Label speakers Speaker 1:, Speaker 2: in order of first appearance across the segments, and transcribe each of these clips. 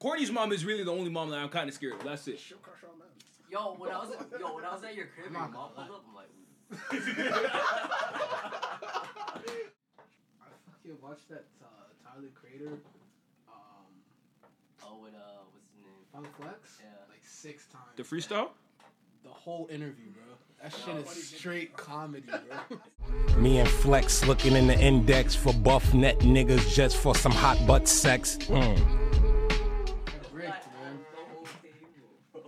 Speaker 1: Courtney's mom is really the only mom that I'm kind of scared of. That's it.
Speaker 2: She'll crush all men.
Speaker 3: Yo, when I was at, yo, when I was at your crib, your mom pulled up. I'm like,
Speaker 4: I fucking watched that uh, Tyler Creator, um,
Speaker 3: oh, what, uh, what's his name?
Speaker 4: Funk Flex,
Speaker 3: Yeah.
Speaker 4: like six times.
Speaker 1: The freestyle?
Speaker 4: The whole interview, bro. That shit
Speaker 2: No,
Speaker 4: is
Speaker 2: what he did-
Speaker 4: straight comedy, bro.
Speaker 5: Me and Flex looking in the index for buff net niggas just for some hot butt sex. Mm.
Speaker 4: That ripped, man.
Speaker 3: The whole table, bro.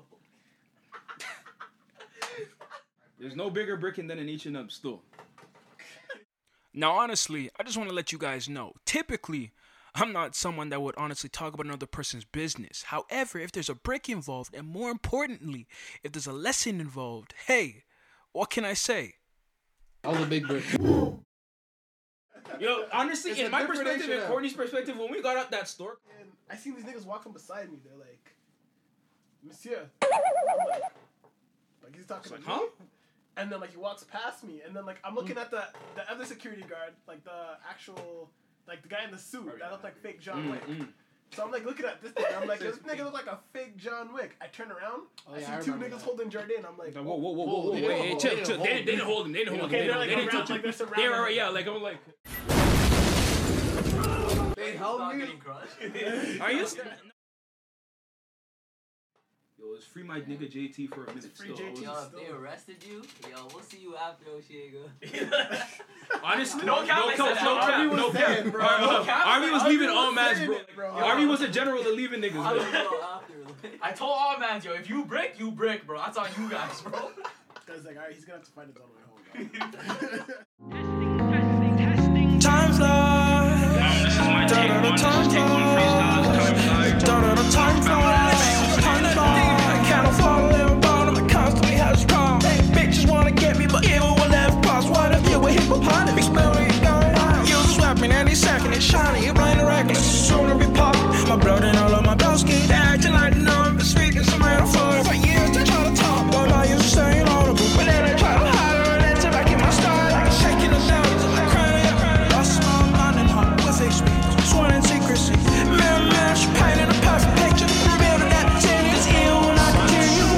Speaker 1: There's no bigger bricking than an H&M store. Now, honestly, I just want to let you guys know. Typically, I'm not someone that would honestly talk about another person's business. However, if there's a brick involved, and more importantly, if there's a lesson involved, hey, what can I say?
Speaker 4: All the big bricks.
Speaker 1: Yo, honestly,
Speaker 2: It's
Speaker 1: in
Speaker 2: a
Speaker 1: my
Speaker 2: different
Speaker 1: perspective, in
Speaker 2: H&M.
Speaker 1: Courtney's perspective, when we got out that store,
Speaker 2: And I see these niggas walking beside me. They're like, Monsieur. I'm like, like he's talking
Speaker 1: like,
Speaker 2: to me.
Speaker 1: huh? Hmm.
Speaker 2: And then like he walks past me, and then like I'm looking at the the other security guard, like the actual, like the guy in the suit that looked like fake
Speaker 1: Hmm,
Speaker 2: John Wick. So I'm like looking at this thing. I'm like, this nigga look like a fake John Wick. I turn around,
Speaker 4: Oh,
Speaker 2: I
Speaker 4: yeah,
Speaker 2: see
Speaker 4: I
Speaker 2: two niggas
Speaker 4: remember that.
Speaker 2: holding Jordan. I'm like,
Speaker 1: Like, whoa, whoa, whoa, whoa, whoa,
Speaker 4: Whoa,
Speaker 1: wait,
Speaker 4: they
Speaker 1: hey,
Speaker 4: didn't
Speaker 1: chill,
Speaker 4: hold
Speaker 1: chill.
Speaker 4: him.
Speaker 1: They, they didn't hold him. They didn't hold
Speaker 2: Okay,
Speaker 1: him.
Speaker 2: they're, like,
Speaker 1: They didn't
Speaker 2: around,
Speaker 1: touch him.
Speaker 2: like, they're surrounding
Speaker 1: They were,
Speaker 2: him.
Speaker 1: yeah, like, I'm like,
Speaker 4: They
Speaker 3: Dog
Speaker 4: held
Speaker 6: Oh,
Speaker 4: me.
Speaker 3: getting crushed.
Speaker 1: are you... Yo, it's free my nigga JT for a minute.
Speaker 2: free
Speaker 1: still. I
Speaker 2: JT.
Speaker 1: was-
Speaker 3: Yo, if they arrested you, yo, we'll see you after Oshiega.
Speaker 1: Honestly,
Speaker 3: No cap, I said that. Army
Speaker 1: no
Speaker 2: was
Speaker 1: cap.
Speaker 2: dead, bro.
Speaker 1: Army,
Speaker 2: No cap,
Speaker 1: Army was
Speaker 2: Army
Speaker 1: leaving
Speaker 2: was
Speaker 1: all mans,
Speaker 2: saying
Speaker 1: bro.
Speaker 2: it, bro.
Speaker 1: Army was a general of leaving niggas,
Speaker 3: I will
Speaker 1: bro.
Speaker 3: go after. Like,
Speaker 6: I told all man, yo, if you brick, you brick, bro. That's on you guys, bro.
Speaker 2: Guys, like, all right, he's gonna have to find his own way home. Bro.
Speaker 7: Time's life. Done on a time flies. Done on a time flies. Time flies. I can't afford to live alone. I'm constantly has wrong. Bitches wanna get me, but evil will never pass. What if you were hippopotamus? Smelling gun. Use this weapon any second. It's shiny, it blind reckless. Sooner be pop. My blood and all of my broski. They acting like numb, but speaking some metal for For years they try to talk, but I used to say inaudible. But then they try to hide her and then take back in my style like a shaking of sounds. I'm crying. Lost my mind and heart with experience. Sworn in secrecy. Mirror, mirror, she painted a perfect picture. Better that tin is ill when I continue.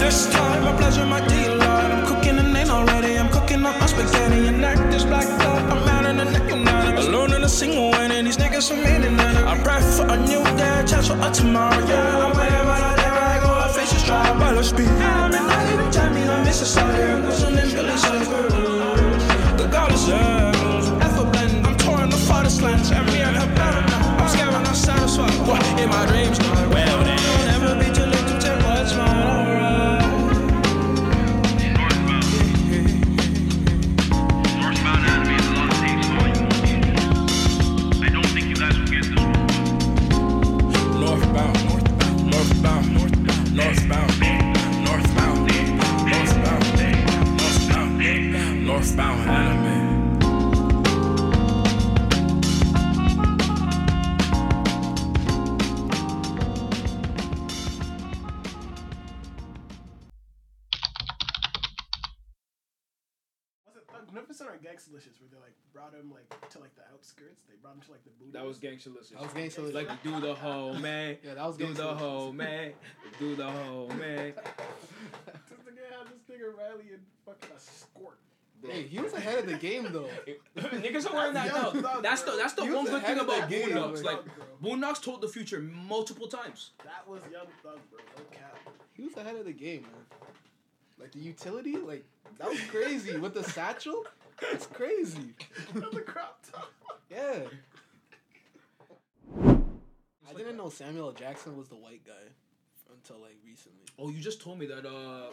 Speaker 7: This time I pleasure my dealer. I'm cooking and ain't already. I'm cooking up my spaghetti and act this black dog. I'm out in the neck anonymous. Alone in a single one and these niggas are meaning none. I pray for a new day, a chance for a tomorrow. Yeah, I'm wherever I dare I go. I face is dry, but let's be. I'm in love with the time, you know, miss a sire. Listen and Billy The God is ours. Ever blend, I'm torn the farthest lands. And me and her better now. I'm scared when I'm satisfied. What in my dreams? Well, then. It'll never be too late to take what's mine, alright.
Speaker 8: Northbound enemy is a lot of things going on. I don't think you guys will get this one.
Speaker 5: Northbound, northbound, northbound, northbound, northbound, northbound, northbound, northbound, northbound, anime.
Speaker 2: Was it uh, Magnificent or Gangstalicious where they like brought him like to like the outskirts? They brought him to like the booty.
Speaker 1: That was gangsta
Speaker 4: That was gangster.
Speaker 1: Like, do the whole man.
Speaker 4: Yeah, that was
Speaker 1: Do the
Speaker 4: gangsta.
Speaker 1: whole man. Do the whole man.
Speaker 2: This nigga had this nigga Riley and fucking a squirt.
Speaker 4: hey, he was ahead of the game though.
Speaker 1: Niggas are wearing that
Speaker 2: That's young
Speaker 1: now.
Speaker 2: thug,
Speaker 1: That's the
Speaker 2: bro.
Speaker 1: that's the
Speaker 4: You was
Speaker 1: one good
Speaker 4: ahead
Speaker 1: thing
Speaker 4: of that
Speaker 1: about
Speaker 4: game,
Speaker 1: Boondocks.
Speaker 4: bro.
Speaker 1: Like Boondocks told the future multiple times.
Speaker 2: That was Young Thug, bro. No cap.
Speaker 4: He was ahead of the game, man. Like the utility, like that was crazy with the satchel. It's crazy.
Speaker 2: And the crop top.
Speaker 4: Yeah. I didn't know Samuel L. Jackson was the white guy until like recently.
Speaker 1: Oh, you just told me that. Uh,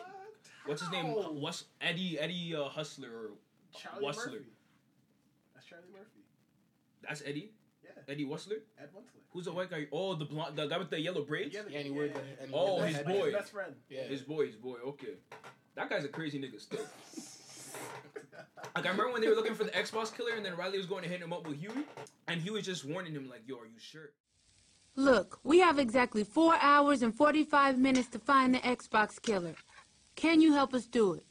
Speaker 1: what's his name?
Speaker 2: How?
Speaker 1: What's Eddie Eddie uh, Hustler? Or,
Speaker 2: Charlie
Speaker 1: Whistler.
Speaker 2: Murphy. That's Charlie Murphy.
Speaker 1: that's Eddie.
Speaker 2: Yeah.
Speaker 1: Eddie Whistler.
Speaker 2: Ed Westler.
Speaker 1: Who's the white guy? Oh, the blonde, the guy with the yellow braids.
Speaker 2: Yeah, the-
Speaker 4: Yeah, and he wore the. And he
Speaker 1: Oh,
Speaker 4: wore the
Speaker 1: his
Speaker 4: headband.
Speaker 1: boy.
Speaker 2: Best friend.
Speaker 4: Yeah.
Speaker 1: His boy, his boy. Okay, that guy's a crazy nigga still. Like I remember when they were looking for the Xbox killer, and then Riley was going to hit him up with Huey, and he was just warning him like, "Yo, are you sure?"
Speaker 9: Look, we have exactly four hours and 45 minutes to find the Xbox killer. Can you help us do it?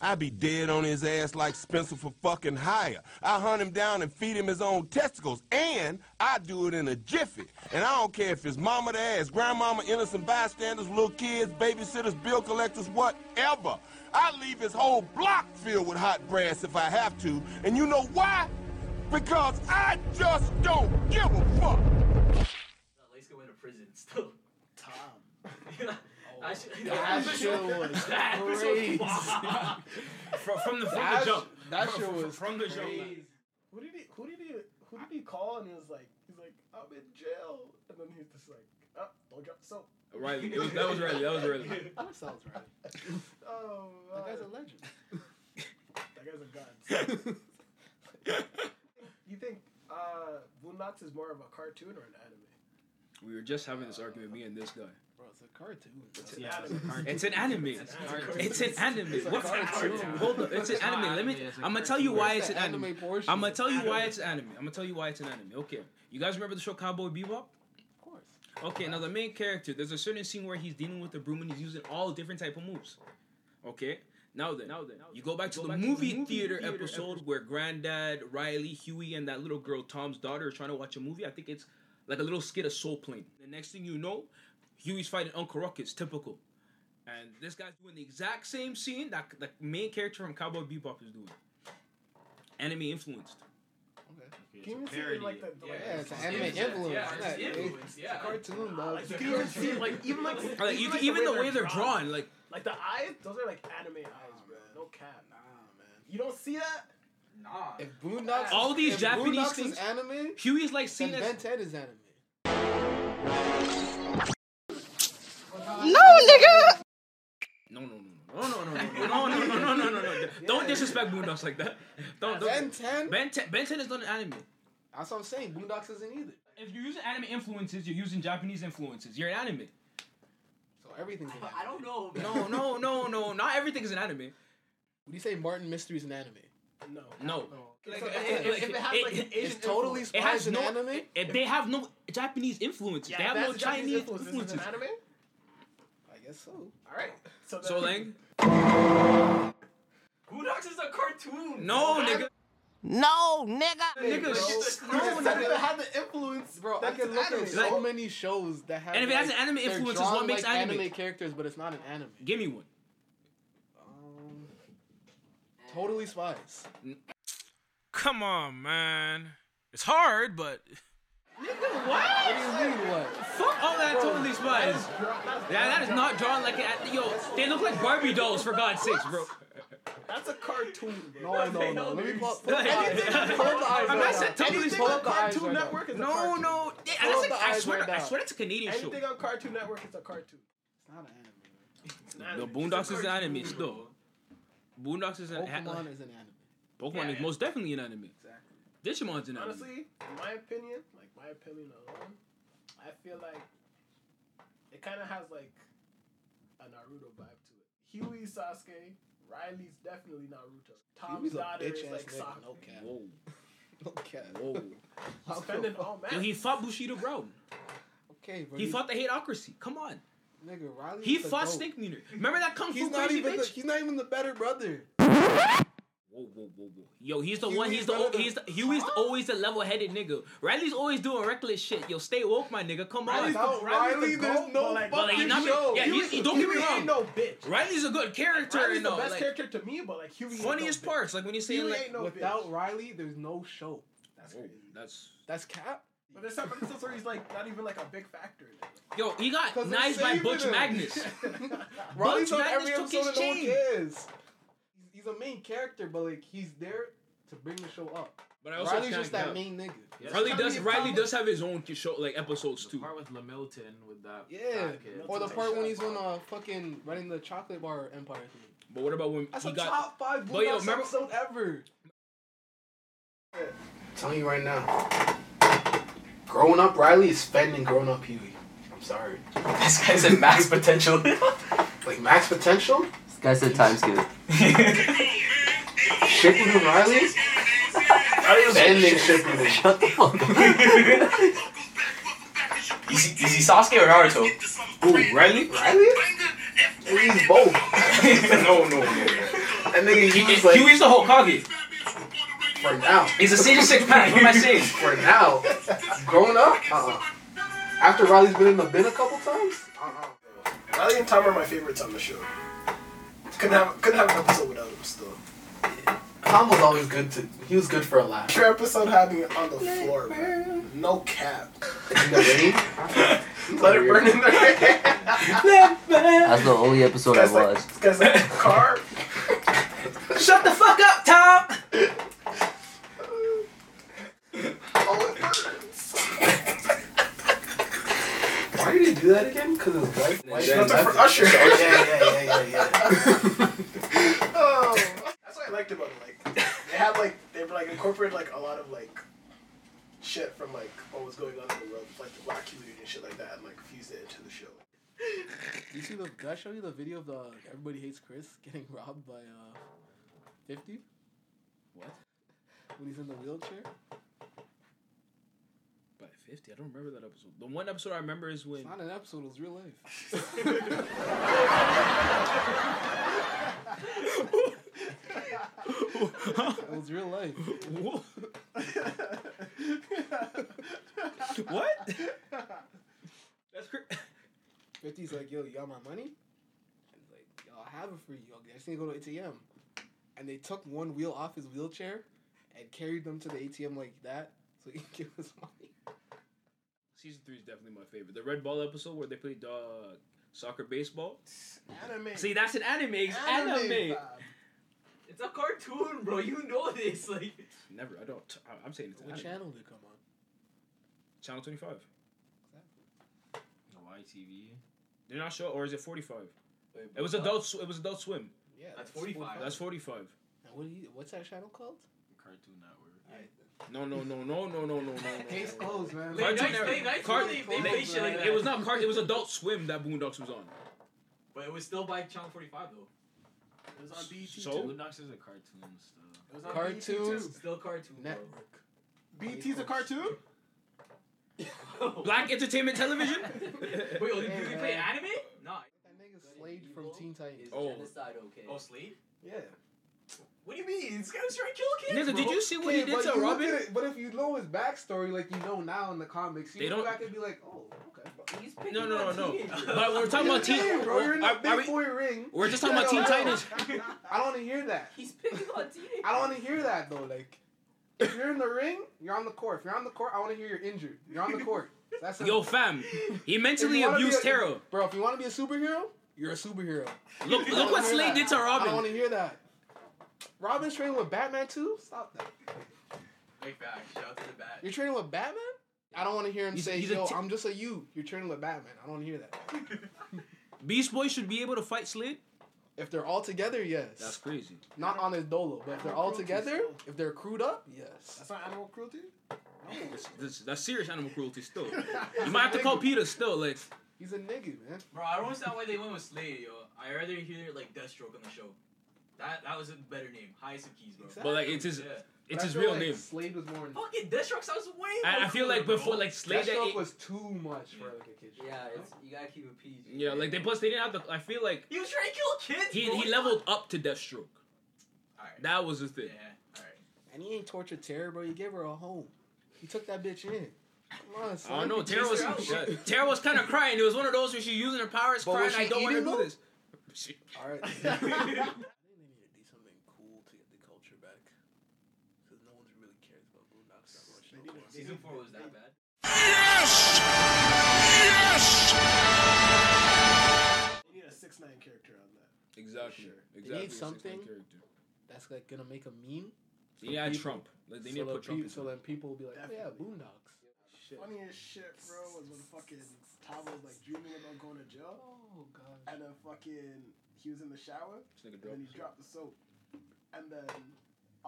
Speaker 5: I be dead on his ass like Spencer for fucking hire. I hunt him down and feed him his own testicles, and I do it in a jiffy. And I don't care if it's mama to ass, grandmama, innocent bystanders, little kids, babysitters, bill collectors, whatever. I leave his whole block filled with hot brass if I have to. And you know why? Because I just don't give a fuck.
Speaker 6: At least go into prison still.
Speaker 4: Tom.
Speaker 6: Oh. I should,
Speaker 4: That shit was crazy.
Speaker 1: From, from the from
Speaker 4: That
Speaker 1: the jump.
Speaker 4: sh- that
Speaker 1: From-
Speaker 4: shit was
Speaker 1: from the jump.
Speaker 4: crazy.
Speaker 2: Who did he? Who did he? Who did he call? And he was like, he's like, I'm in jail. And then he's just like, oh, don't drop the soap.
Speaker 1: Right. It was, that was Riley. That was Riley.
Speaker 4: That sounds right.
Speaker 2: Oh,
Speaker 4: That
Speaker 2: that
Speaker 4: guy's a
Speaker 2: guy's
Speaker 4: legend.
Speaker 2: a, that guy's a god. you think uh, Boondocks is more of a cartoon or an anime?
Speaker 1: We were just having this argument, me and this guy.
Speaker 4: Bro, it's a cartoon.
Speaker 2: It's an anime.
Speaker 1: It's an anime. It's an anime. What's
Speaker 2: cartoon.
Speaker 1: Hold up. It's an
Speaker 3: It's not
Speaker 1: anime. Let me.
Speaker 3: anime, it's a
Speaker 1: I'm gonna tell you why it's an
Speaker 4: the
Speaker 1: anime.
Speaker 4: anime portion?
Speaker 1: I'm gonna tell you why it's anime. I'm gonna tell you why it's an anime. Okay. You guys remember the show Cowboy Bebop?
Speaker 4: Of course.
Speaker 1: Okay, now the main character, there's a certain scene where he's dealing with the broom and he's using all different type of moves. Okay, now then, now then, you go back to the movie, theater, episode where Granddad, Riley, Huey, and that little girl Tom's daughter are trying to watch a movie. I think it's like a little skit of Soul Plane. The next thing you know, Huey's fighting Uncle Ruckus, typical. And this guy's doing the exact same scene that the main character from Cowboy Bebop is doing. Anime influenced.
Speaker 2: Can you even see it, like the, the
Speaker 4: Yeah,
Speaker 2: yeah.
Speaker 4: it's an anime influence.
Speaker 6: Yeah,
Speaker 4: It's not-
Speaker 6: it's influence, yeah.
Speaker 4: It's a cartoon, dog.
Speaker 2: You can even see it, like even like
Speaker 1: Like, you can- even the way they're drawn, like
Speaker 2: like the eyes, those are like anime eyes, bro. No cap. Nah, man. You don't see that?
Speaker 6: Nah.
Speaker 4: If Boondocks,
Speaker 1: All these
Speaker 4: if
Speaker 1: Japanese
Speaker 4: Boondocks
Speaker 1: things-
Speaker 4: is anime,
Speaker 1: Huey is like
Speaker 4: then
Speaker 1: seen as
Speaker 4: Ben 10 is anime.
Speaker 1: No, no, no, no, no, no, no, no, no, no, no, no, no, no, no. Don't disrespect Boondocks like that. Don't, don't.
Speaker 4: Ben 10?
Speaker 1: Ben 10, ben 10 is not an anime.
Speaker 4: That's what I'm saying. Boondocks isn't either.
Speaker 1: If you're using anime influences, you're using Japanese influences. You're an anime.
Speaker 4: So everything's an anime.
Speaker 3: I don't know. man.
Speaker 1: No, no, no, no. Not everything is an anime.
Speaker 4: Would you say Martin Mystery's an anime?
Speaker 2: No.
Speaker 1: No. Like,
Speaker 2: So
Speaker 1: it- it-
Speaker 2: if, if it has like
Speaker 1: it-
Speaker 2: an
Speaker 4: It's
Speaker 2: Asian
Speaker 4: totally
Speaker 1: it has
Speaker 4: spies an
Speaker 1: no-
Speaker 4: anime?
Speaker 1: it- they have no Japanese influences.
Speaker 2: Yeah,
Speaker 1: they have
Speaker 2: that's
Speaker 1: no
Speaker 2: a Japanese
Speaker 1: Chinese
Speaker 2: influence. This is
Speaker 1: influences.
Speaker 2: an anime?
Speaker 4: I guess so.
Speaker 2: Alright. So,
Speaker 1: So,
Speaker 2: then-
Speaker 1: Lang?
Speaker 6: Boondocks is a cartoon.
Speaker 1: No, nigga.
Speaker 7: No, nigga.
Speaker 1: Nigga, sh-
Speaker 2: You just said if it had the influence,
Speaker 4: Bro,
Speaker 2: That's
Speaker 4: I can
Speaker 2: an
Speaker 4: look
Speaker 2: anime.
Speaker 4: at so
Speaker 1: Like-
Speaker 4: many shows that have.
Speaker 1: And if it has
Speaker 4: like,
Speaker 1: an anime
Speaker 4: they're
Speaker 1: influence, it's
Speaker 4: drawn
Speaker 1: what makes
Speaker 4: like
Speaker 1: anime.
Speaker 4: characters, but it's not an anime.
Speaker 1: give me one.
Speaker 4: Um, totally spies.
Speaker 1: Come on, man. It's hard, but.
Speaker 4: What do you mean? What?
Speaker 1: Fuck all that totally spies. Yeah, that is not drawn like an. Yo, they look like Barbie dolls, for God's sakes, bro.
Speaker 2: That's a cartoon, bro.
Speaker 4: No, no, no. Let me pull up. Pull up the
Speaker 1: Anything-
Speaker 4: eyes. Pull up the eyes.
Speaker 1: I mean, I said
Speaker 4: right now.
Speaker 1: totally
Speaker 2: Anything
Speaker 4: pull
Speaker 2: on
Speaker 4: up the eyes
Speaker 2: Cartoon
Speaker 4: right now.
Speaker 2: Network is a
Speaker 1: No, no.
Speaker 2: cartoon.
Speaker 1: They, I,
Speaker 4: Roll
Speaker 1: that's
Speaker 4: the
Speaker 1: like, I
Speaker 4: eyes
Speaker 1: swear,
Speaker 4: right
Speaker 1: to, I
Speaker 4: now.
Speaker 1: swear, it's a Canadian
Speaker 2: Anything on Cartoon Network is a cartoon.
Speaker 4: It's not an
Speaker 2: It's an
Speaker 1: show. The
Speaker 2: anime.
Speaker 1: Boondocks is an anime, though. Boondocks is an
Speaker 4: anime.
Speaker 1: Pokemon,
Speaker 4: Pokemon is an anime.
Speaker 1: Pokemon is most definitely an anime.
Speaker 4: Exactly.
Speaker 1: Digimon's an anime.
Speaker 2: Honestly, in my opinion, like my opinion alone, I feel like it kind of has like a Naruto vibe to it. Huey Sasuke, Riley's definitely Naruto. Tom's
Speaker 4: He's a
Speaker 2: daughter
Speaker 4: bitch
Speaker 2: is
Speaker 4: ass
Speaker 2: like
Speaker 4: nigga.
Speaker 2: Sakura.
Speaker 4: No cap.
Speaker 1: whoa,
Speaker 4: No cap.
Speaker 1: whoa.
Speaker 4: How
Speaker 2: Spending
Speaker 4: come-
Speaker 2: all
Speaker 1: Yo,
Speaker 2: man.
Speaker 1: he fought Bushido Brown.
Speaker 4: Okay, bro.
Speaker 1: He
Speaker 4: you-
Speaker 1: fought the hateocracy. Come on.
Speaker 4: Nigga, Riley.
Speaker 1: He
Speaker 4: was the
Speaker 1: fought
Speaker 4: goat.
Speaker 1: Snake Meaner. Remember that Kung
Speaker 4: He's
Speaker 1: Fu
Speaker 4: not
Speaker 1: crazy
Speaker 4: even. The,
Speaker 1: bitch?
Speaker 4: he's not even the better brother.
Speaker 1: Whoa, whoa, whoa, whoa. Yo, he's the one.
Speaker 4: Huey's
Speaker 1: He's the.
Speaker 4: better
Speaker 1: o-
Speaker 4: than-
Speaker 1: He's the, Huey's always the level-headed nigga. Riley's always doing reckless shit. Yo, stay woke, my nigga. Come on.
Speaker 2: Riley's the-
Speaker 4: Without
Speaker 2: Riley's the
Speaker 4: Riley,
Speaker 2: goat,
Speaker 4: there's
Speaker 2: but,
Speaker 4: no
Speaker 2: like, but, like,
Speaker 4: fucking
Speaker 1: nothing-
Speaker 4: show.
Speaker 1: yeah, he's- he- don't get me
Speaker 2: Huey
Speaker 1: wrong.
Speaker 2: ain't no bitch.
Speaker 1: Riley's a good character.
Speaker 2: Riley's
Speaker 1: and
Speaker 2: the
Speaker 1: all,
Speaker 2: best
Speaker 1: like,
Speaker 2: character to me, but like Huey. ain't
Speaker 1: Funniest
Speaker 2: no bitch.
Speaker 1: parts, like when he's saying
Speaker 2: Huey
Speaker 1: like,
Speaker 2: ain't no
Speaker 4: Without
Speaker 2: bitch.
Speaker 4: Riley, there's no show.
Speaker 2: That's crazy.
Speaker 1: That's
Speaker 4: That's cap.
Speaker 2: But there's some instances where he's like not even like a big factor. in it.
Speaker 1: yo. He got
Speaker 4: 'Cause they're
Speaker 1: knives by
Speaker 4: saving
Speaker 1: Butch
Speaker 4: him.
Speaker 1: Magnus.
Speaker 4: Riley's on
Speaker 1: Magnus
Speaker 4: every
Speaker 1: took his
Speaker 4: episode and no one
Speaker 1: chain.
Speaker 4: cares. He's- He's a main character, but like he's there to bring the show up.
Speaker 1: But I
Speaker 4: Riley's just that main nigga.
Speaker 1: Riley
Speaker 2: Tommy
Speaker 1: does.
Speaker 2: and
Speaker 1: Riley
Speaker 2: Tommy.
Speaker 1: does have his own show, like episodes
Speaker 6: The
Speaker 1: too.
Speaker 6: part with Lamilton with that.
Speaker 4: Yeah.
Speaker 6: that kid.
Speaker 4: Or the part when he's on uh fucking running the chocolate bar empire thing.
Speaker 1: But what about when
Speaker 4: That's
Speaker 1: he
Speaker 4: a
Speaker 1: got?
Speaker 4: top five Blue
Speaker 1: But yo,
Speaker 4: Box
Speaker 1: remember-
Speaker 4: episode ever.
Speaker 10: telling you right now. Growing up Riley is spending grown up Huey. I'm sorry.
Speaker 6: This guy's at max potential.
Speaker 10: Like max potential?
Speaker 3: This guy said time skip.
Speaker 10: Shipping and Riley? Spending shipping.
Speaker 3: Shut the fuck up.
Speaker 6: is, he, is he Sasuke or Naruto?
Speaker 10: Riley? Riley? He's both.
Speaker 6: no, no, no.
Speaker 10: That nigga
Speaker 6: He-
Speaker 10: used like
Speaker 6: Huey's the Hokage.
Speaker 10: for now.
Speaker 6: He's a senior six pack. What am I saying?
Speaker 10: For now, grown up. Uh-uh. After Riley's been in the bin a couple times.
Speaker 2: Riley and Tom are my favorites on the show. Couldn't have couldn't have an episode without him still.
Speaker 10: Tom was always good to. He was good for a laugh.
Speaker 2: Your episode had me on the floor, man. No cap.
Speaker 10: In the rain.
Speaker 2: Let it burn in the rain.
Speaker 3: That's the only episode I
Speaker 2: Guys, like-
Speaker 3: watched.
Speaker 2: Cause that car.
Speaker 6: Shut the fuck up, Tom.
Speaker 2: Oh, it burns.
Speaker 10: Why did he do that again? Because his wife. wife
Speaker 2: It's nothing for Usher.
Speaker 10: yeah, yeah, yeah, yeah, yeah.
Speaker 2: Oh. That's what I liked about it. Like they had like they were like incorporated like a lot of like shit from like what was going on in the world, like the black community and shit like that, and like fused it into the show.
Speaker 4: You see the? Did I show you the video of the Everybody Hates Chris getting robbed by uh, fifty?
Speaker 1: What?
Speaker 4: When he's in the wheelchair.
Speaker 1: By 50, I don't remember that episode. The one episode I remember is when.
Speaker 4: It's not an episode. It was real life. It was real life.
Speaker 1: Wha- what? That's crazy.
Speaker 4: Fifty's like, yo, you got my money? And he's like, yo, I have it for you. I just need to go to ATM. And they took one wheel off his wheelchair and carried them to the ATM like that, so he could give his money.
Speaker 1: Season three is definitely my favorite. The Red Ball episode where they played uh, soccer baseball.
Speaker 2: Anime.
Speaker 1: See, that's an anime. It's anime.
Speaker 3: It's a cartoon, bro. You know this. Like,
Speaker 1: Never. I don't. I- I'm saying it's
Speaker 4: What
Speaker 1: anime.
Speaker 4: channel did it come on?
Speaker 1: Channel 25. No YTV. They're not sure, or is it 45? It was Adult. Sw- it was Adult Swim.
Speaker 4: Yeah,
Speaker 3: That's 45.
Speaker 1: That's 45.
Speaker 4: And what do you, what's that channel called?
Speaker 6: Cartoon Network.
Speaker 1: No, no, no, no, no, no, no, no.
Speaker 4: Case closed, man.
Speaker 1: Cartoon
Speaker 3: Late nights,
Speaker 1: Network.
Speaker 3: late nights,
Speaker 1: Cart-
Speaker 3: really, they
Speaker 4: late-
Speaker 3: play shit like that.
Speaker 1: It was not Cart. It was Adult Swim that Boondocks was on.
Speaker 3: but it was still by Channel 45 though.
Speaker 2: It was on BT.
Speaker 1: So?
Speaker 6: Boondocks is a cartoon stuff.
Speaker 2: It was on
Speaker 4: Cartoons.
Speaker 2: BT too.
Speaker 3: Still cartoon,
Speaker 4: Network.
Speaker 2: BT's a cartoon.
Speaker 3: bro.
Speaker 1: Black Entertainment Television.
Speaker 3: Wait, oh, did
Speaker 4: Hey,
Speaker 3: we play
Speaker 4: man.
Speaker 3: anime? Nah.
Speaker 4: That nigga Slade from Teen Titans.
Speaker 3: Is
Speaker 1: Oh.
Speaker 3: genocide okay?
Speaker 6: Oh, sleep.
Speaker 4: Yeah.
Speaker 3: What do you mean? This guy's trying to kill kids,
Speaker 1: Nigga,
Speaker 3: bro.
Speaker 1: did you see what he
Speaker 4: Okay,
Speaker 1: did
Speaker 4: but
Speaker 1: to
Speaker 4: you look
Speaker 1: Robin?
Speaker 4: at it- but if you know his backstory, like you know now in the comics, you
Speaker 1: They
Speaker 4: look
Speaker 1: don't-
Speaker 4: back and be like, oh, okay.
Speaker 3: He's picking
Speaker 1: No, no, no,
Speaker 3: on
Speaker 1: no.
Speaker 3: teenagers.
Speaker 1: But we're talking about Teen.
Speaker 4: Hey, bro, you're in the
Speaker 1: Are-
Speaker 4: big
Speaker 1: are we-
Speaker 4: boy ring.
Speaker 1: We're just talking about Teen Titans.
Speaker 4: I don't want to hear that.
Speaker 3: He's picking on teenagers.
Speaker 4: I don't want to hear that though. Like, if you're in the ring, you're on the court. If you're on the court, I want to hear you're injured. You're on the court. That's
Speaker 1: Yo, fam, he mentally
Speaker 4: If you wanna be
Speaker 1: abused
Speaker 4: a-
Speaker 1: Taro.
Speaker 4: bro. If you want to be a superhero, you're a superhero.
Speaker 1: Look,
Speaker 4: I
Speaker 1: look
Speaker 4: don't
Speaker 1: what
Speaker 4: hear
Speaker 1: Slade
Speaker 4: that.
Speaker 1: did to
Speaker 4: I don't
Speaker 1: Robin.
Speaker 4: want to hear that. Robin's training with Batman too. Stop that.
Speaker 6: Big fact. Shout out to the back.
Speaker 4: You're training with Batman. I don't want to hear him
Speaker 1: He's-
Speaker 4: say,
Speaker 1: he's a
Speaker 4: "Yo,
Speaker 1: t-
Speaker 4: i I'm just a you." You're training with Batman. I don't hear that.
Speaker 1: Beast Boy should be able to fight Slade.
Speaker 4: If they're all together, yes.
Speaker 1: That's crazy.
Speaker 4: Not on his dolo, but if they're all
Speaker 2: Cruelty
Speaker 4: together,
Speaker 2: still.
Speaker 4: if they're crewed up, yes.
Speaker 2: That's not animal cruelty.
Speaker 1: That's, that's, that's serious animal cruelty still. You might have to call Peter still. Like,
Speaker 4: He's a nigga, man.
Speaker 6: Bro, I don't understand why they went with Slade, yo. I rather hear like Deathstroke on the show. That that was a better name. Highest of keys, bro.
Speaker 4: Exactly.
Speaker 1: but like it's his
Speaker 6: Yeah.
Speaker 1: it's
Speaker 4: I
Speaker 1: his
Speaker 4: feel
Speaker 1: real
Speaker 4: like
Speaker 1: name.
Speaker 4: Slade was more.
Speaker 6: Fucking Deathstroke sounds way.
Speaker 1: I,
Speaker 6: more
Speaker 1: I feel like
Speaker 6: cooler,
Speaker 1: before
Speaker 6: bro.
Speaker 1: like Slade
Speaker 4: That
Speaker 1: that
Speaker 4: stuff
Speaker 1: ate-
Speaker 4: was too much for like a kid. show.
Speaker 3: Yeah, it's, you gotta keep it PG.
Speaker 1: yeah like they plus they didn't have the I feel like
Speaker 6: he was trying to kill kids.
Speaker 1: he
Speaker 6: bro.
Speaker 1: he leveled up to Deathstroke.
Speaker 6: Alright.
Speaker 1: That was the
Speaker 6: Yeah.
Speaker 1: thing.
Speaker 6: Alright.
Speaker 4: And he ain't tortured Tara, bro. He gave her a home. He took that bitch in. Come on, son.
Speaker 1: I don't know. Tara
Speaker 6: Chased
Speaker 1: was
Speaker 6: her out.
Speaker 1: yeah, Tara was kind of crying. It was one of those where she using her powers,
Speaker 4: But
Speaker 1: crying.
Speaker 4: was
Speaker 1: I
Speaker 4: she
Speaker 1: don't want to
Speaker 4: eating
Speaker 1: do
Speaker 4: though?
Speaker 1: this. She-
Speaker 4: All right. I think they need to do something cool to get the culture back. Because no one really cares about Boondocks that much. no more.
Speaker 6: Season four was that bad.
Speaker 2: You need a six nine character on that.
Speaker 1: Exactly.
Speaker 2: Sure.
Speaker 1: Exactly.
Speaker 4: need
Speaker 1: It's his
Speaker 4: something.
Speaker 1: main character.
Speaker 4: That's like gonna make a meme.
Speaker 1: They need to add
Speaker 4: people.
Speaker 1: Trump. Like they need
Speaker 4: so
Speaker 1: to
Speaker 4: that
Speaker 1: put Trump.
Speaker 4: pe-
Speaker 1: in
Speaker 4: So then people will be like, oh, yeah,
Speaker 2: Definitely.
Speaker 4: Boondocks. Shit.
Speaker 2: Funniest shit, bro, was when fucking Tom was like dreaming about going to jail,
Speaker 4: Oh god.
Speaker 2: and then fucking he was in the shower,
Speaker 1: This nigga
Speaker 2: and then
Speaker 1: dropped
Speaker 2: he dropped the soap, and then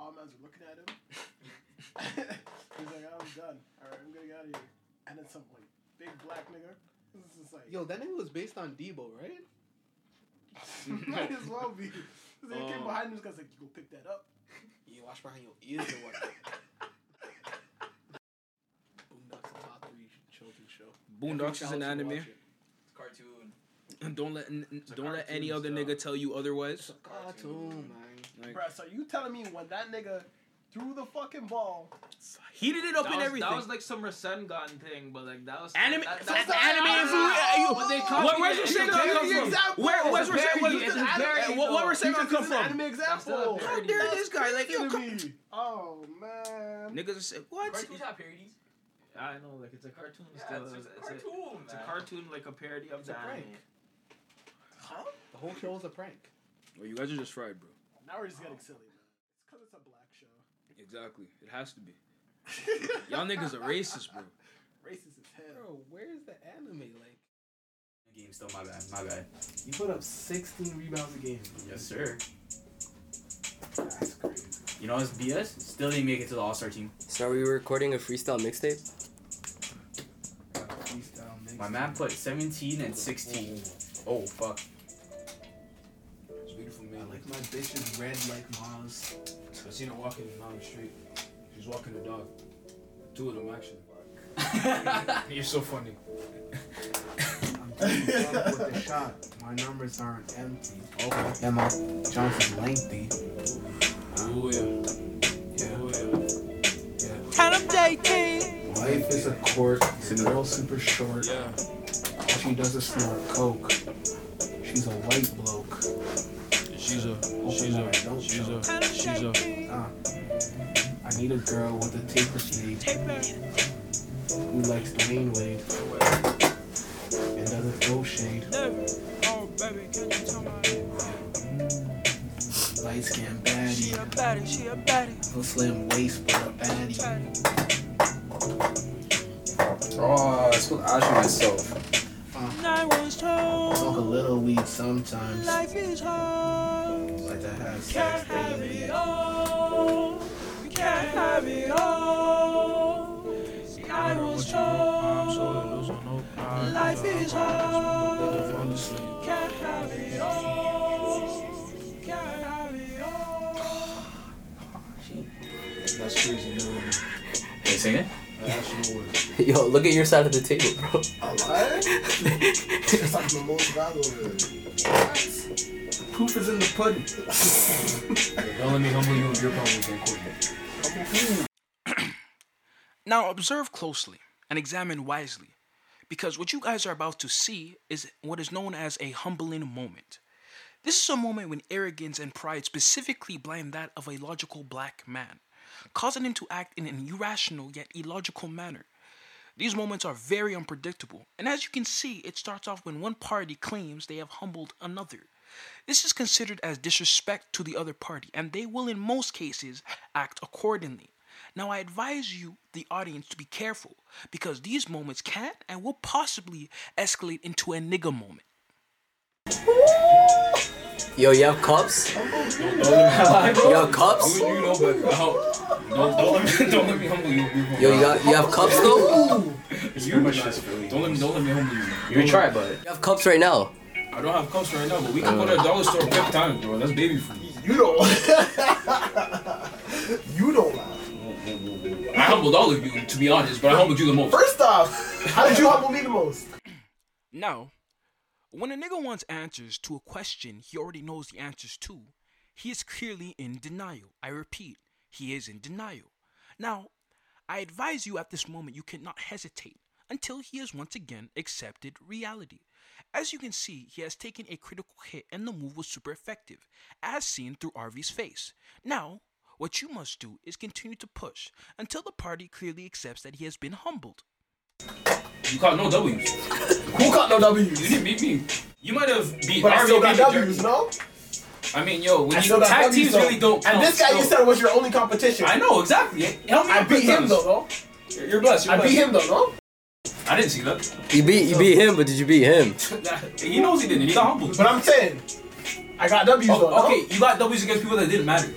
Speaker 2: all mans were looking at him. He's like, I'm done. All right, I'm getting out of here. And then some like big black nigga. This is just like,
Speaker 4: Yo, that name was based on Debo, right?
Speaker 2: might as well be. So he
Speaker 1: Um,
Speaker 2: came behind him, this guy's like, you go pick that up.
Speaker 4: You watch behind your ears or what? Boondocks the top three children's show.
Speaker 1: Boondocks is an anime.
Speaker 6: It's cartoon.
Speaker 1: And don't let n- n- don't let any other nigga tell you otherwise.
Speaker 11: Cartoon, man.
Speaker 1: Like,
Speaker 2: Bruh, so you telling me when that nigga threw the fucking ball?
Speaker 1: heated it up
Speaker 12: that
Speaker 1: and
Speaker 12: was,
Speaker 1: everything.
Speaker 12: That was like some Rasen Gotten thing, but like that was
Speaker 1: Anime,
Speaker 12: That,
Speaker 1: that's anime influence.
Speaker 12: But they
Speaker 1: What, where's your
Speaker 12: copied
Speaker 1: shit
Speaker 12: it.
Speaker 1: gonna
Speaker 12: It's a
Speaker 1: come
Speaker 12: parody
Speaker 1: from?
Speaker 12: example.
Speaker 1: Where, where's your
Speaker 12: It's a
Speaker 1: shit?
Speaker 12: parody.
Speaker 1: Where's
Speaker 12: It's an
Speaker 1: your
Speaker 12: parody,
Speaker 1: What, what
Speaker 12: though.
Speaker 1: where's your shit gonna come from?
Speaker 12: example.
Speaker 1: How dare this guy? Like, yo, come,
Speaker 2: Oh man.
Speaker 1: niggas are saying, what?
Speaker 13: Cartoons have parodies.
Speaker 12: I know, like it's a cartoon.
Speaker 13: Yeah,
Speaker 12: still,
Speaker 13: it's a
Speaker 12: it's,
Speaker 13: cartoon,
Speaker 12: it's a
Speaker 13: man.
Speaker 12: cartoon, like a parody of
Speaker 11: It's a
Speaker 12: the anime.
Speaker 11: prank. The whole show was a prank.
Speaker 1: Well, you guys are just fried, bro.
Speaker 2: Now we're just getting silly, man. It's because it's a black show.
Speaker 1: Exactly. It has to be. Y'all niggas are racist, bro.
Speaker 2: Racist as hell.
Speaker 11: Bro, where's the anime? Like,
Speaker 6: Game still, my bad, my bad.
Speaker 11: you put up 16 rebounds a game.
Speaker 6: Yes, sir. You know it's BS. Still didn't make it to the All Star team.
Speaker 3: So are we recording a freestyle mixtape?
Speaker 6: My man put 17 and 16. Oh fuck.
Speaker 4: It's beautiful, man. like my bitch is red like Miles. I seen her walking down the street. She's walking the dog. Two of them, actually. You're so funny. I'm doing well with the shot. My numbers aren't empty. Okay. And my Johnson's lengthy. Ooh, Oh, yeah. Yeah. oh,
Speaker 7: And I'm JT.
Speaker 4: Life is a court. The girl's super short. Yeah. She doesn't snort coke. She's a white bloke. She's a. She's a. She's a. She's a. Uh, I need a girl with a taper shade. Who likes Dwayne Wade. And doesn't throw shade.
Speaker 7: Oh, baby, can you tell my
Speaker 4: Light skin baddie.
Speaker 7: She a baddie, she a baddie.
Speaker 4: A slim waist but a baddie.
Speaker 6: Oh, I school asking myself.
Speaker 7: And I was told
Speaker 4: Smoke a little weed sometimes.
Speaker 7: life is hard.
Speaker 4: Like to have
Speaker 7: Can't
Speaker 4: sex.
Speaker 7: have it all. We can't have it all. And I was told life is hard. Can't have it all. Can't have it all.
Speaker 4: That's crazy, man.
Speaker 6: Can you sing it?
Speaker 4: That's your word.
Speaker 3: Yo, look at your side of the table, bro.
Speaker 4: Alright? It's like the most battle Poop is in the pudding. Don't let me humble you with your problems and quick.
Speaker 1: Now observe closely and examine wisely, because what you guys are about to see is what is known as a humbling moment. This is a moment when arrogance and pride specifically blind that of a logical black man, causing him to act in an irrational yet illogical manner. These moments are very unpredictable, and as you can see, it starts off when one party claims they have humbled another. This is considered as disrespect to the other party, and they will, in most cases, act accordingly. Now, I advise you, the audience, to be careful because these moments can and will possibly escalate into a nigga moment.
Speaker 3: Yo, you have cups? You have cups?
Speaker 6: You know, but don't, don't, let me, don't let me humble you.
Speaker 3: Yo, you got you have cups though?
Speaker 6: It's pretty much just Philly. Don't let me, don't let me humble you.
Speaker 3: You try, but you have cups right now.
Speaker 6: I don't have cups right now, but we
Speaker 3: Uh.
Speaker 6: can go to a dollar store and get times, bro. That's baby food.
Speaker 2: You don't. you don't lie.
Speaker 6: I humbled all of you, to be honest, but I humbled you the most.
Speaker 2: First off, how did you humble me the most?
Speaker 1: Now, when a nigga wants answers to a question he already knows the answers to, he is clearly in denial. I repeat, he is in denial. Now, I advise you at this moment you cannot hesitate until he has once again accepted reality. As you can see, he has taken a critical hit and the move was super effective, as seen through RV's face. Now, what you must do is continue to push until the party clearly accepts that he has been humbled.
Speaker 6: You caught no W's.
Speaker 2: Who caught no W's?
Speaker 6: You didn't beat me. You might have beat
Speaker 2: But I
Speaker 6: RV
Speaker 2: still got
Speaker 6: beat the
Speaker 2: W's,
Speaker 6: Dirty.
Speaker 2: no?
Speaker 6: I mean, yo, when
Speaker 2: I
Speaker 6: you
Speaker 2: still got
Speaker 6: tag
Speaker 2: W's,
Speaker 6: teams
Speaker 2: though.
Speaker 6: really don't.
Speaker 2: And
Speaker 6: count,
Speaker 2: this guy you
Speaker 6: so-
Speaker 2: said was your only competition.
Speaker 6: I know exactly. Help me
Speaker 2: I
Speaker 6: out
Speaker 2: beat him
Speaker 6: sometimes.
Speaker 2: though, no?
Speaker 6: You're you're blessed. You're
Speaker 2: I beat
Speaker 6: blessed.
Speaker 2: him though, no?
Speaker 6: I didn't see that.
Speaker 3: You beat you beat him, but did you beat him?
Speaker 6: He knows he didn't. He's not humble.
Speaker 2: But I'm saying, I got W's though, no?
Speaker 6: Okay, you got W's against people that didn't matter.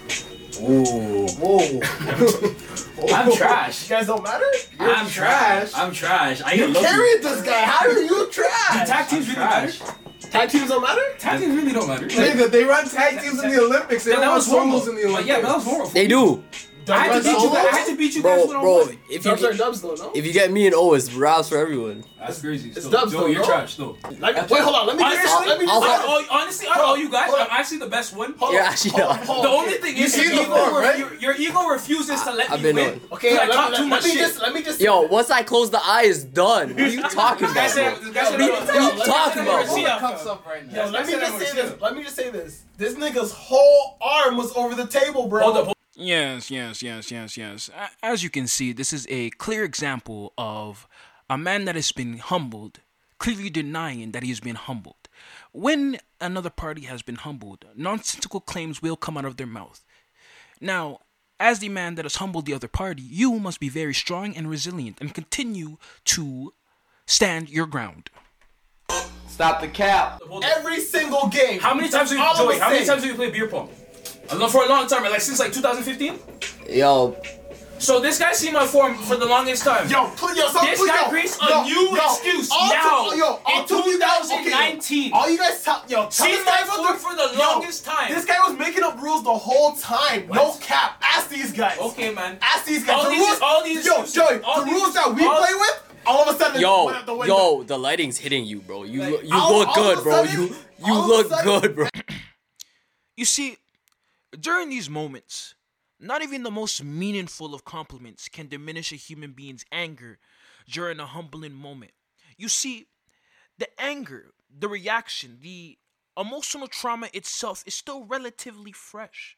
Speaker 3: Ooh.
Speaker 2: Whoa.
Speaker 6: I'm trash.
Speaker 2: You guys don't matter?
Speaker 6: I'm trash. I'm trash. I get
Speaker 2: You
Speaker 6: lucky.
Speaker 2: carried this guy. How are you trash?
Speaker 6: Tag teams really matter.
Speaker 2: Tag teams don't matter?
Speaker 6: Tag teams really don't matter.
Speaker 4: Nigga, they run tag teams in the Olympics. They
Speaker 6: Yeah,
Speaker 4: don't
Speaker 6: that
Speaker 4: run
Speaker 6: was horrible.
Speaker 4: singles in the
Speaker 6: But yeah,
Speaker 4: Olympics.
Speaker 6: that was horrible.
Speaker 3: They do.
Speaker 1: I had to beat you guys. I had to beat you guys
Speaker 5: Bro,
Speaker 1: one on
Speaker 5: bro,
Speaker 1: one.
Speaker 5: if you if you get me and O, it's raps for everyone.
Speaker 14: That's crazy.
Speaker 5: It's
Speaker 14: still.
Speaker 5: dubs,
Speaker 14: Joe,
Speaker 5: though,
Speaker 14: you're
Speaker 5: no?
Speaker 14: trash, though.
Speaker 5: wait, hold on, let me just-
Speaker 1: honestly,
Speaker 5: let me just-
Speaker 1: out of all- honestly, out of all you guys, I'm actually the best one.
Speaker 5: on, Yeah, actually, hold on, yeah. hold
Speaker 1: the
Speaker 5: on.
Speaker 1: only thing
Speaker 5: You
Speaker 1: is
Speaker 5: seen
Speaker 1: your
Speaker 5: the
Speaker 1: ego,
Speaker 5: form,
Speaker 1: ref-
Speaker 5: right?
Speaker 1: your, your ego refuses to let
Speaker 5: I've
Speaker 1: me
Speaker 5: been
Speaker 1: win.
Speaker 5: on.
Speaker 1: Okay, I talk too much shit.
Speaker 5: Yo, once I close the eye, it's done. What are you talking
Speaker 1: This guy
Speaker 5: about?
Speaker 1: said-
Speaker 5: bro?
Speaker 1: this guy said-
Speaker 5: What are you-
Speaker 1: yo,
Speaker 5: what are
Speaker 1: let
Speaker 5: you
Speaker 1: me- let
Speaker 5: talking
Speaker 1: me
Speaker 5: about?
Speaker 1: see
Speaker 5: bro?
Speaker 1: how- cups up right now.
Speaker 2: Yo, let
Speaker 1: That's
Speaker 2: me
Speaker 1: what
Speaker 2: just
Speaker 1: I'm
Speaker 2: say
Speaker 1: saying.
Speaker 2: this. Let me just say this. This nigga's whole arm was over the table, bro. Hold up.
Speaker 7: Yes, yes, yes, yes, yes. A- As you can see, this is a clear example of a man that has been humbled, clearly denying that he has been humbled. When another party has been humbled, nonsensical claims will come out of their mouth. Now, as the man that has humbled the other party, you must be very strong and resilient and continue to stand your ground.
Speaker 5: Stop the cap.
Speaker 2: Every single game.
Speaker 1: How many times have
Speaker 2: That's
Speaker 1: you
Speaker 2: all
Speaker 1: Joey,
Speaker 2: I'm
Speaker 1: How many
Speaker 2: saying.
Speaker 1: times have you played beer pong? I know for a long time, like since like 2015.
Speaker 5: Yo,
Speaker 1: So this guy's seen my form for the longest time.
Speaker 2: Yo, pl- yo, some-
Speaker 1: this
Speaker 2: pl-
Speaker 1: guy
Speaker 2: yo,
Speaker 1: creates a
Speaker 2: yo,
Speaker 1: new
Speaker 2: yo,
Speaker 1: excuse
Speaker 2: all two-
Speaker 1: now
Speaker 2: yo, all
Speaker 1: in
Speaker 2: two of you guys- okay, yo,
Speaker 1: 2019.
Speaker 2: all you guys, tell yo, tell
Speaker 1: Seen
Speaker 2: this
Speaker 1: my
Speaker 2: guy about
Speaker 1: food for the
Speaker 2: yo,
Speaker 1: longest time.
Speaker 2: This guy was making up rules the whole time. No cap. Ask these guys.
Speaker 1: Okay, man.
Speaker 2: Ask these guys.
Speaker 1: All
Speaker 2: the
Speaker 1: these-
Speaker 2: rules,
Speaker 1: all these
Speaker 2: yo,
Speaker 1: excuses,
Speaker 2: Joey,
Speaker 1: all
Speaker 2: the
Speaker 1: these-
Speaker 2: rules that we
Speaker 1: all-
Speaker 2: play with, all of a sudden,
Speaker 5: yo,
Speaker 2: went out the window.
Speaker 5: yo, the lighting's hitting you, bro. You look, you
Speaker 2: all-
Speaker 5: look
Speaker 2: all of a
Speaker 5: good, bro.
Speaker 2: sudden-
Speaker 5: You you
Speaker 7: all of a
Speaker 5: look
Speaker 7: sudden-
Speaker 5: good, bro.
Speaker 7: You see, during these moments, not even the most meaningful of compliments can diminish a human being's anger during a humbling moment. You see, the anger, the reaction, the emotional trauma itself is still relatively fresh.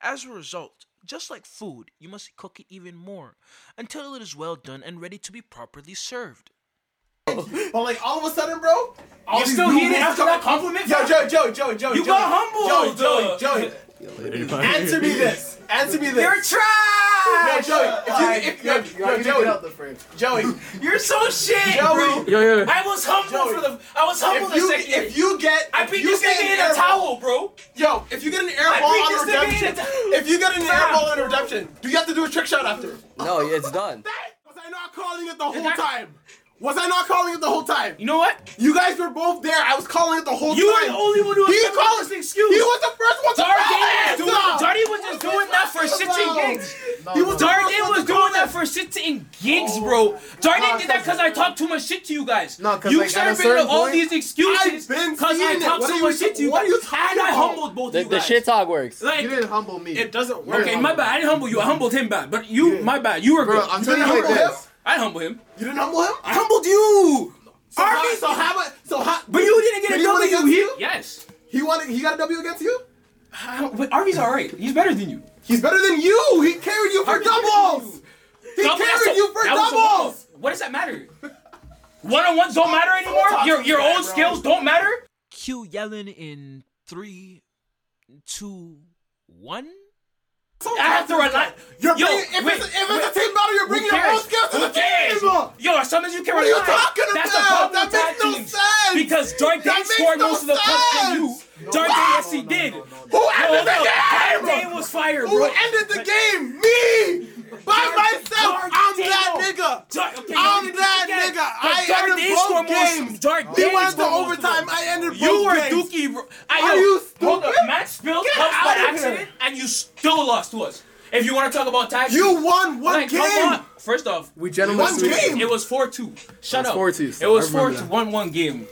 Speaker 7: As a result, just like food, you must cook it even more until it is well done and ready to be properly served.
Speaker 2: But like all of a sudden, bro, all
Speaker 7: You're
Speaker 2: these
Speaker 7: still
Speaker 2: new
Speaker 7: heated
Speaker 2: rules
Speaker 7: after
Speaker 2: come-
Speaker 7: that compliment,
Speaker 2: Yo,
Speaker 7: fam?
Speaker 2: Joey, Joey, Joey, Joey.
Speaker 7: You
Speaker 2: Joey,
Speaker 7: got humbled,
Speaker 2: Joey, Joey,
Speaker 7: uh,
Speaker 2: Joey. Answer me this. Answer me this.
Speaker 1: You're trash.
Speaker 2: Yo, Joey, if you, if, yo,
Speaker 1: Alright,
Speaker 2: yo,
Speaker 1: alright,
Speaker 2: Joey,
Speaker 1: get out the
Speaker 2: Joey,
Speaker 1: You're so shit, bro.
Speaker 2: Joey. Yo, yo.
Speaker 1: I was humble
Speaker 2: Joey.
Speaker 1: for the. I was humble
Speaker 2: If
Speaker 1: the
Speaker 2: you-
Speaker 1: second.
Speaker 2: if you get-
Speaker 1: I
Speaker 2: if
Speaker 1: beat
Speaker 2: you
Speaker 1: this
Speaker 2: get
Speaker 1: nigga
Speaker 2: an
Speaker 1: in
Speaker 2: air
Speaker 1: a
Speaker 2: ball-
Speaker 1: towel, bro.
Speaker 2: yo, if you get an air
Speaker 1: I
Speaker 2: ball
Speaker 1: beat
Speaker 2: on
Speaker 1: this
Speaker 2: a
Speaker 1: nigga in
Speaker 2: redemption,
Speaker 1: a ta-
Speaker 2: if you get an air
Speaker 1: Fam.
Speaker 2: ball on a redemption, do you have to do a trick shot after?
Speaker 5: No, it's done.
Speaker 2: Was I not calling it the whole time? Was I not calling it the whole time? You know what? You guys were both there. I was calling it the whole
Speaker 1: You
Speaker 2: time.
Speaker 1: were the only one who was
Speaker 2: He
Speaker 1: coming up
Speaker 2: called
Speaker 1: with this excuse.
Speaker 2: He was the first one to
Speaker 1: Dark
Speaker 2: call
Speaker 1: Game
Speaker 2: it.
Speaker 1: was doing-
Speaker 2: No.
Speaker 1: Dark Game was just
Speaker 2: What
Speaker 1: doing
Speaker 2: the
Speaker 1: that for
Speaker 2: fuck
Speaker 1: shitting
Speaker 2: about?
Speaker 1: gigs.
Speaker 2: He was the first
Speaker 1: Darden
Speaker 2: one
Speaker 1: was
Speaker 2: to
Speaker 1: doing
Speaker 2: call
Speaker 1: that
Speaker 2: it.
Speaker 1: for shits and gigs, bro. Darden did that because I talked too much shit to you guys.
Speaker 4: No, Oh. 'cause,
Speaker 1: you
Speaker 4: like, at a
Speaker 1: started
Speaker 4: certain
Speaker 1: making up all
Speaker 4: point-
Speaker 1: these excuses
Speaker 4: I've been
Speaker 1: because I
Speaker 4: seeing it.
Speaker 1: talked
Speaker 4: What
Speaker 1: too
Speaker 4: are
Speaker 1: much
Speaker 4: you-
Speaker 1: shit to you
Speaker 4: what are
Speaker 1: guys.
Speaker 4: you
Speaker 1: And
Speaker 4: talking
Speaker 1: I
Speaker 4: about?
Speaker 1: humbled both
Speaker 5: The,
Speaker 1: you
Speaker 5: the
Speaker 1: guys.
Speaker 5: shit talk works.
Speaker 1: Like,
Speaker 4: You didn't humble me.
Speaker 2: It doesn't work.
Speaker 1: okay, my bad. I didn't humble you. I humbled him bad, but you, my bad. You were
Speaker 4: Bro,
Speaker 1: good.
Speaker 4: I'm
Speaker 1: You didn't
Speaker 4: telling you like
Speaker 1: humble him.
Speaker 4: this.
Speaker 1: I humble him.
Speaker 2: You didn't humble him?
Speaker 1: I humbled you.
Speaker 2: So how,
Speaker 1: Army-
Speaker 2: so how about so how?
Speaker 1: But you didn't get
Speaker 2: Did
Speaker 1: a
Speaker 2: he win
Speaker 1: W.
Speaker 2: against
Speaker 1: He,
Speaker 2: you?
Speaker 1: yes.
Speaker 2: He wanted. He got a W against you.
Speaker 1: I don't- But Arby's alright. He's better than you.
Speaker 2: He's better than you. He carried you for
Speaker 1: Arby's better than
Speaker 2: doubles. He
Speaker 1: Double- that's
Speaker 2: carried
Speaker 1: a-
Speaker 2: you for
Speaker 1: that was a
Speaker 2: doubles.
Speaker 1: double. What does that matter? One on ones don't matter anymore. Your your own skills don't matter.
Speaker 7: Q yelling in three, two, one.
Speaker 1: I have to rely.
Speaker 2: You're
Speaker 1: yo,
Speaker 2: bringing, if,
Speaker 1: wait,
Speaker 2: it's, if
Speaker 1: wait.
Speaker 2: it's a team battle, you're
Speaker 1: Who
Speaker 2: bringing your
Speaker 1: cares?
Speaker 2: own skills to
Speaker 1: Who
Speaker 2: the
Speaker 1: cares?
Speaker 2: table.
Speaker 1: Yo, as long as you can
Speaker 2: What are
Speaker 1: rely.
Speaker 2: you talking
Speaker 1: That's the
Speaker 2: about?
Speaker 1: problem with
Speaker 2: That
Speaker 1: tag
Speaker 2: makes no
Speaker 1: teams.
Speaker 2: sense.
Speaker 1: Because Dark Day
Speaker 2: That makes
Speaker 1: scored
Speaker 2: no
Speaker 1: most of the punts than you.
Speaker 2: sense.
Speaker 1: Dark Day,
Speaker 2: Wow.
Speaker 1: yes, he did.
Speaker 2: Who ended the game?
Speaker 1: Dark Day was fire,
Speaker 2: Who
Speaker 1: bro.
Speaker 2: ended the game? Me! By
Speaker 1: Dar-
Speaker 2: myself!
Speaker 1: Dar-
Speaker 2: I'm
Speaker 1: Dino.
Speaker 2: that nigga!
Speaker 1: Dar- okay,
Speaker 2: I'm
Speaker 1: you did
Speaker 2: that
Speaker 1: again.
Speaker 2: nigga!
Speaker 1: But
Speaker 2: I
Speaker 1: Dar
Speaker 2: ended
Speaker 1: Day scored
Speaker 2: both
Speaker 1: most-
Speaker 2: games!
Speaker 1: Dar
Speaker 2: He
Speaker 1: Day
Speaker 2: went to
Speaker 1: scored most of
Speaker 2: overtime,
Speaker 1: them.
Speaker 2: I ended both
Speaker 1: You were
Speaker 2: games!
Speaker 1: Dookie. bro. I, yo,
Speaker 2: Are you
Speaker 1: hold up.
Speaker 2: stupid?
Speaker 1: Matt spilled
Speaker 2: Get
Speaker 1: cups by
Speaker 2: out of
Speaker 1: accident,
Speaker 2: here.
Speaker 1: and you still lost to us. If you want to talk about tag,
Speaker 2: You
Speaker 1: teams,
Speaker 2: won one
Speaker 1: like,
Speaker 2: game!
Speaker 1: Come on. First off,
Speaker 4: We
Speaker 2: One
Speaker 4: gentlemen.
Speaker 2: game!
Speaker 1: it was four two. Shut
Speaker 4: was
Speaker 1: up.
Speaker 4: 4-2
Speaker 1: It
Speaker 4: still. I
Speaker 1: was four
Speaker 4: remember
Speaker 1: two.
Speaker 4: that.
Speaker 1: One one game.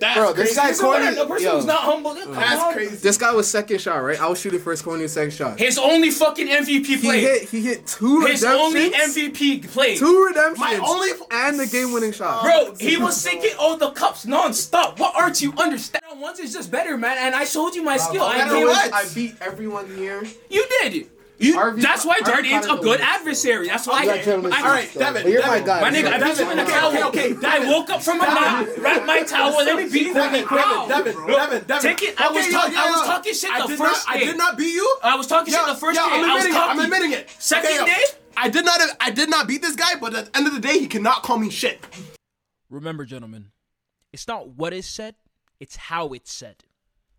Speaker 1: That's
Speaker 4: Bro, this
Speaker 1: crazy.
Speaker 4: guy
Speaker 1: This is what
Speaker 4: cornered-
Speaker 1: The person
Speaker 4: yo.
Speaker 1: who's not humble. That's
Speaker 2: That's crazy.
Speaker 4: This guy was second shot, right? I was shooting first corner, second shot.
Speaker 1: His only fucking MVP
Speaker 4: He
Speaker 1: play.
Speaker 4: hit. He hit two
Speaker 1: His only
Speaker 4: redemptions.
Speaker 1: MVP play.
Speaker 4: Two redemptions.
Speaker 2: My only-
Speaker 4: and the game-winning shot.
Speaker 1: Bro, he was sinking all the cups non-stop. What aren't you understand? On Ones is just better, man. And I showed you my skill. I
Speaker 4: Better
Speaker 1: came
Speaker 4: what?
Speaker 1: with
Speaker 4: I beat everyone here.
Speaker 1: You did. You,
Speaker 4: RV
Speaker 1: that's why
Speaker 4: RV
Speaker 1: Darden's a
Speaker 4: Connor
Speaker 1: good
Speaker 4: Lewis.
Speaker 1: adversary. That's why
Speaker 4: You
Speaker 1: I.
Speaker 4: gotta tell him this
Speaker 1: I-
Speaker 4: shit,
Speaker 2: Alright,
Speaker 4: so-
Speaker 2: Devin,
Speaker 4: But you're my
Speaker 2: Devin.
Speaker 4: guy.
Speaker 1: My nigga, I beat you in a
Speaker 2: Okay,
Speaker 1: towel.
Speaker 2: okay, okay,
Speaker 1: I woke up from a nap, wrapped my towel, and then beat you in the crowd.
Speaker 2: Devin, Devin, Devin, Devin.
Speaker 1: Take it. I
Speaker 2: Okay,
Speaker 1: was,
Speaker 2: yo,
Speaker 1: talk-
Speaker 2: yo,
Speaker 1: I was
Speaker 2: yo.
Speaker 1: talking shit
Speaker 2: I
Speaker 1: the
Speaker 2: did
Speaker 1: first
Speaker 2: not,
Speaker 1: day.
Speaker 2: I did not beat you.
Speaker 1: I was talking
Speaker 2: Yo,
Speaker 1: shit the first
Speaker 2: yo,
Speaker 1: day.
Speaker 2: I'm
Speaker 1: I was
Speaker 2: admitting it.
Speaker 1: cocky.
Speaker 2: I'm admitting it.
Speaker 1: Second
Speaker 2: Okay, yo,
Speaker 1: day.
Speaker 2: I did not. I did not beat this guy. But at the end of the day, he cannot call me shit.
Speaker 7: Remember, gentlemen, it's not what is said, it's how it's said.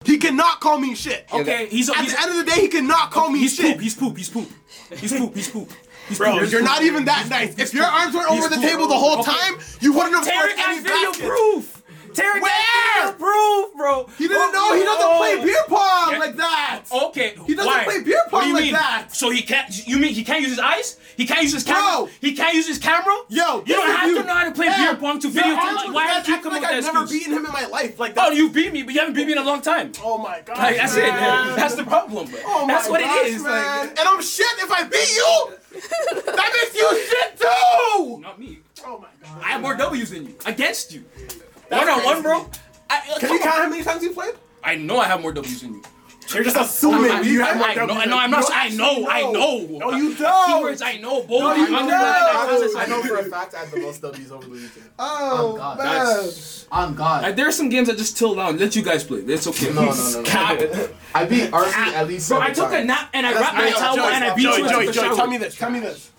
Speaker 2: He cannot call me shit.
Speaker 1: Okay, he's a,
Speaker 2: At
Speaker 1: he's,
Speaker 2: the end of the day, he cannot call me
Speaker 1: he's
Speaker 2: shit.
Speaker 1: poop. He's poop. He's poop. He's poop. He's poop. He's
Speaker 2: Bro,
Speaker 1: poop.
Speaker 2: you're, not even that nice. If your arms weren't
Speaker 1: He's
Speaker 2: over the
Speaker 1: cool.
Speaker 2: table the whole
Speaker 1: Okay.
Speaker 2: time, you wouldn't have scored
Speaker 1: Tarek
Speaker 2: any
Speaker 1: has video
Speaker 2: baskets.
Speaker 1: proof. Tarek
Speaker 2: Where?
Speaker 1: has video proof, bro.
Speaker 2: He didn't know. He doesn't play beer pong like that.
Speaker 1: Okay,
Speaker 2: He doesn't
Speaker 1: why?
Speaker 2: play beer
Speaker 1: What do
Speaker 2: pong
Speaker 1: you
Speaker 2: like
Speaker 1: mean?
Speaker 2: that.
Speaker 1: So he can't. You mean he can't use his eyes? He can't use his camera? He can't use his camera? Yo, you don't have to know how to play beer pong to video. game. Like, why have you come
Speaker 2: like
Speaker 1: with
Speaker 2: I've
Speaker 1: that
Speaker 2: never
Speaker 1: excuse?
Speaker 2: beaten him in my life. Like
Speaker 1: Oh, you beat me, but you haven't beat me in a long time.
Speaker 2: Oh my god.
Speaker 1: Like, that's it.
Speaker 2: man.
Speaker 1: That's the problem. bro.
Speaker 2: Oh my
Speaker 1: that's what
Speaker 2: gosh,
Speaker 1: it is.
Speaker 2: man.
Speaker 1: Like,
Speaker 2: and I'm shit if I beat you. that makes you shit too.
Speaker 1: Not me.
Speaker 2: Oh my god.
Speaker 1: I have more W's than you. Against you.
Speaker 2: That's
Speaker 1: one on one,
Speaker 2: crazy.
Speaker 1: bro. I, uh,
Speaker 2: Can you
Speaker 1: come on.
Speaker 2: count how many times you played?
Speaker 1: I know I have more W's than you.
Speaker 2: You're just assuming
Speaker 1: I, I,
Speaker 2: you
Speaker 1: I,
Speaker 2: have more
Speaker 1: I know,
Speaker 2: W's
Speaker 1: I know, I'm not.
Speaker 2: than-
Speaker 1: I know. I know. No,
Speaker 2: you don't.
Speaker 1: Keywords, I know. Bold.
Speaker 2: No, you
Speaker 1: I'm
Speaker 2: don't.
Speaker 1: not-
Speaker 2: I know-
Speaker 1: I know for a
Speaker 4: fact I had the most W's over the weekend.
Speaker 2: Oh,
Speaker 4: God.
Speaker 2: man.
Speaker 1: That's-
Speaker 4: I'm God.
Speaker 1: Like, there are some games I just till down. Let you guys play. That's okay.
Speaker 4: No, no, no, no.
Speaker 1: Cap.
Speaker 4: I beat RC at least.
Speaker 1: Bro, I
Speaker 4: seven
Speaker 1: took a
Speaker 4: times.
Speaker 1: nap and I
Speaker 2: That's
Speaker 1: wrapped my
Speaker 2: not-
Speaker 1: towel
Speaker 2: Joey,
Speaker 1: and I beat
Speaker 2: Joey,
Speaker 1: you. and I
Speaker 2: Joey,
Speaker 1: took a
Speaker 2: Joey,
Speaker 1: shower.
Speaker 2: tell me this. Tell me this.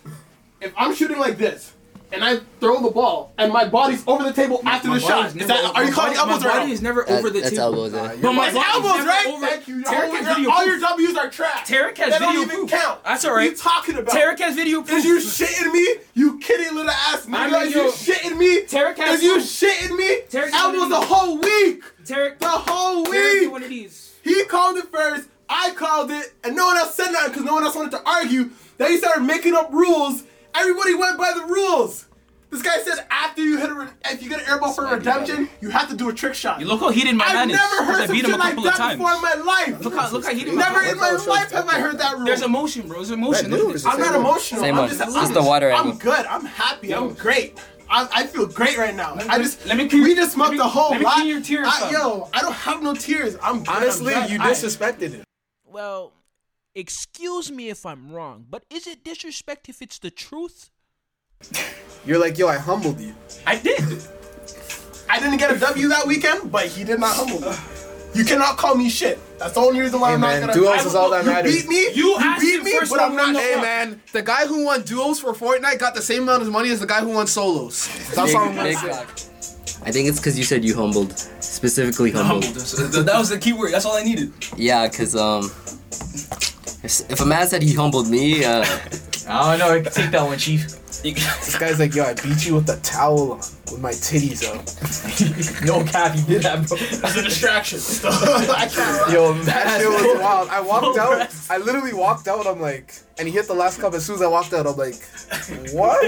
Speaker 2: If I'm shooting like this and I throw the ball and my body's over the table after
Speaker 1: my
Speaker 2: the shot,
Speaker 1: body's
Speaker 2: is
Speaker 1: never
Speaker 2: that,
Speaker 1: over-
Speaker 2: are you
Speaker 1: my
Speaker 2: calling
Speaker 1: body- my
Speaker 2: elbows or
Speaker 1: body
Speaker 2: out?
Speaker 1: is never That- over the that's table. elbows, yeah.
Speaker 3: eh?
Speaker 2: But
Speaker 1: But my
Speaker 2: my
Speaker 1: body's
Speaker 2: elbows,
Speaker 1: never
Speaker 2: right?
Speaker 1: over-
Speaker 2: Thank you. Your
Speaker 1: Tarek
Speaker 2: whole-
Speaker 1: has
Speaker 2: your-
Speaker 1: video
Speaker 2: all your
Speaker 1: proof.
Speaker 2: W's are trash.
Speaker 1: Tarek has
Speaker 2: They don't
Speaker 1: video
Speaker 2: even
Speaker 1: proof.
Speaker 2: count.
Speaker 1: That's all
Speaker 2: What are
Speaker 1: right.
Speaker 2: you talking about?
Speaker 1: Tarek has video proof.
Speaker 2: Is you shitting me? You kidding little ass nigga?
Speaker 1: I mean,
Speaker 2: is
Speaker 1: yo,
Speaker 2: you shitting me?
Speaker 1: Tarek has
Speaker 2: is you
Speaker 1: proof.
Speaker 2: shitting me?
Speaker 1: Tarek has one
Speaker 2: elbows
Speaker 1: of
Speaker 2: the
Speaker 1: these.
Speaker 2: whole week.
Speaker 1: Tarek,
Speaker 2: the whole
Speaker 1: Tarek
Speaker 2: week.
Speaker 1: did one of these.
Speaker 2: He called it first. I called it, and no one else said nothing because no one else wanted to argue. Then he started making up rules. Everybody went by the rules. This guy said after you hit a, re- if you get an airball for redemption, you have to do a trick shot.
Speaker 1: You look how heated my
Speaker 2: I've
Speaker 1: man is,
Speaker 2: never
Speaker 1: 'cause I
Speaker 2: heard some
Speaker 1: beat him
Speaker 2: shit
Speaker 1: a
Speaker 2: like
Speaker 1: couple
Speaker 2: that
Speaker 1: of times.
Speaker 2: before in my life.
Speaker 1: Look how look how he did.
Speaker 2: Never in my life have I heard that rule.
Speaker 1: There's emotion, bro. There's emotion. Look at this.
Speaker 2: I'm not emotional.
Speaker 3: Same
Speaker 2: I'm
Speaker 3: one.
Speaker 2: just,
Speaker 3: It's
Speaker 2: I'm,
Speaker 3: the water
Speaker 2: I'm
Speaker 3: angle.
Speaker 2: good. I'm happy. I'm great. I, I feel great right now. I just
Speaker 1: let me
Speaker 2: we just smoked the whole
Speaker 1: let me
Speaker 2: lot.
Speaker 1: clean your tears,
Speaker 2: I,
Speaker 1: son.
Speaker 2: yo, I don't have no tears. I'm good.
Speaker 4: Honestly,
Speaker 2: I'm good.
Speaker 4: you
Speaker 2: I-
Speaker 4: disrespected him.
Speaker 7: Well, excuse me if I'm wrong, but is it disrespect if it's the truth?
Speaker 4: You're like, yo, I humbled you.
Speaker 1: I did.
Speaker 2: I didn't get a W that weekend, but he did not humble me. You cannot call me shit. That's the only reason why
Speaker 4: Hey
Speaker 2: I'm
Speaker 4: man,
Speaker 2: not gonna.
Speaker 4: duos is all that
Speaker 2: you
Speaker 4: matters.
Speaker 2: beat me. beat me, but I'm not.
Speaker 4: Hey man, the guy who won duos for Fortnite got the same amount of money as the guy who won solos. That's all I'm gonna
Speaker 3: Big-
Speaker 4: say.
Speaker 3: I think it's because you said you humbled, specifically humbled.
Speaker 1: That was the key word. That's all I needed.
Speaker 3: Yeah, cause um, if, if a man said he humbled me, uh,
Speaker 4: I don't know. I can
Speaker 3: take that one, chief.
Speaker 4: This guy's like, yo, I beat you with the towel on, with my titties out. no cap, you did that, bro.
Speaker 2: It's a distraction.
Speaker 4: Yo, that shit was wild. I walked out. I literally walked out. I'm like, and he hit the last cup. As soon as I walked out, I'm like, what?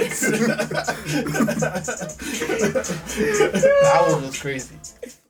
Speaker 4: that one was crazy.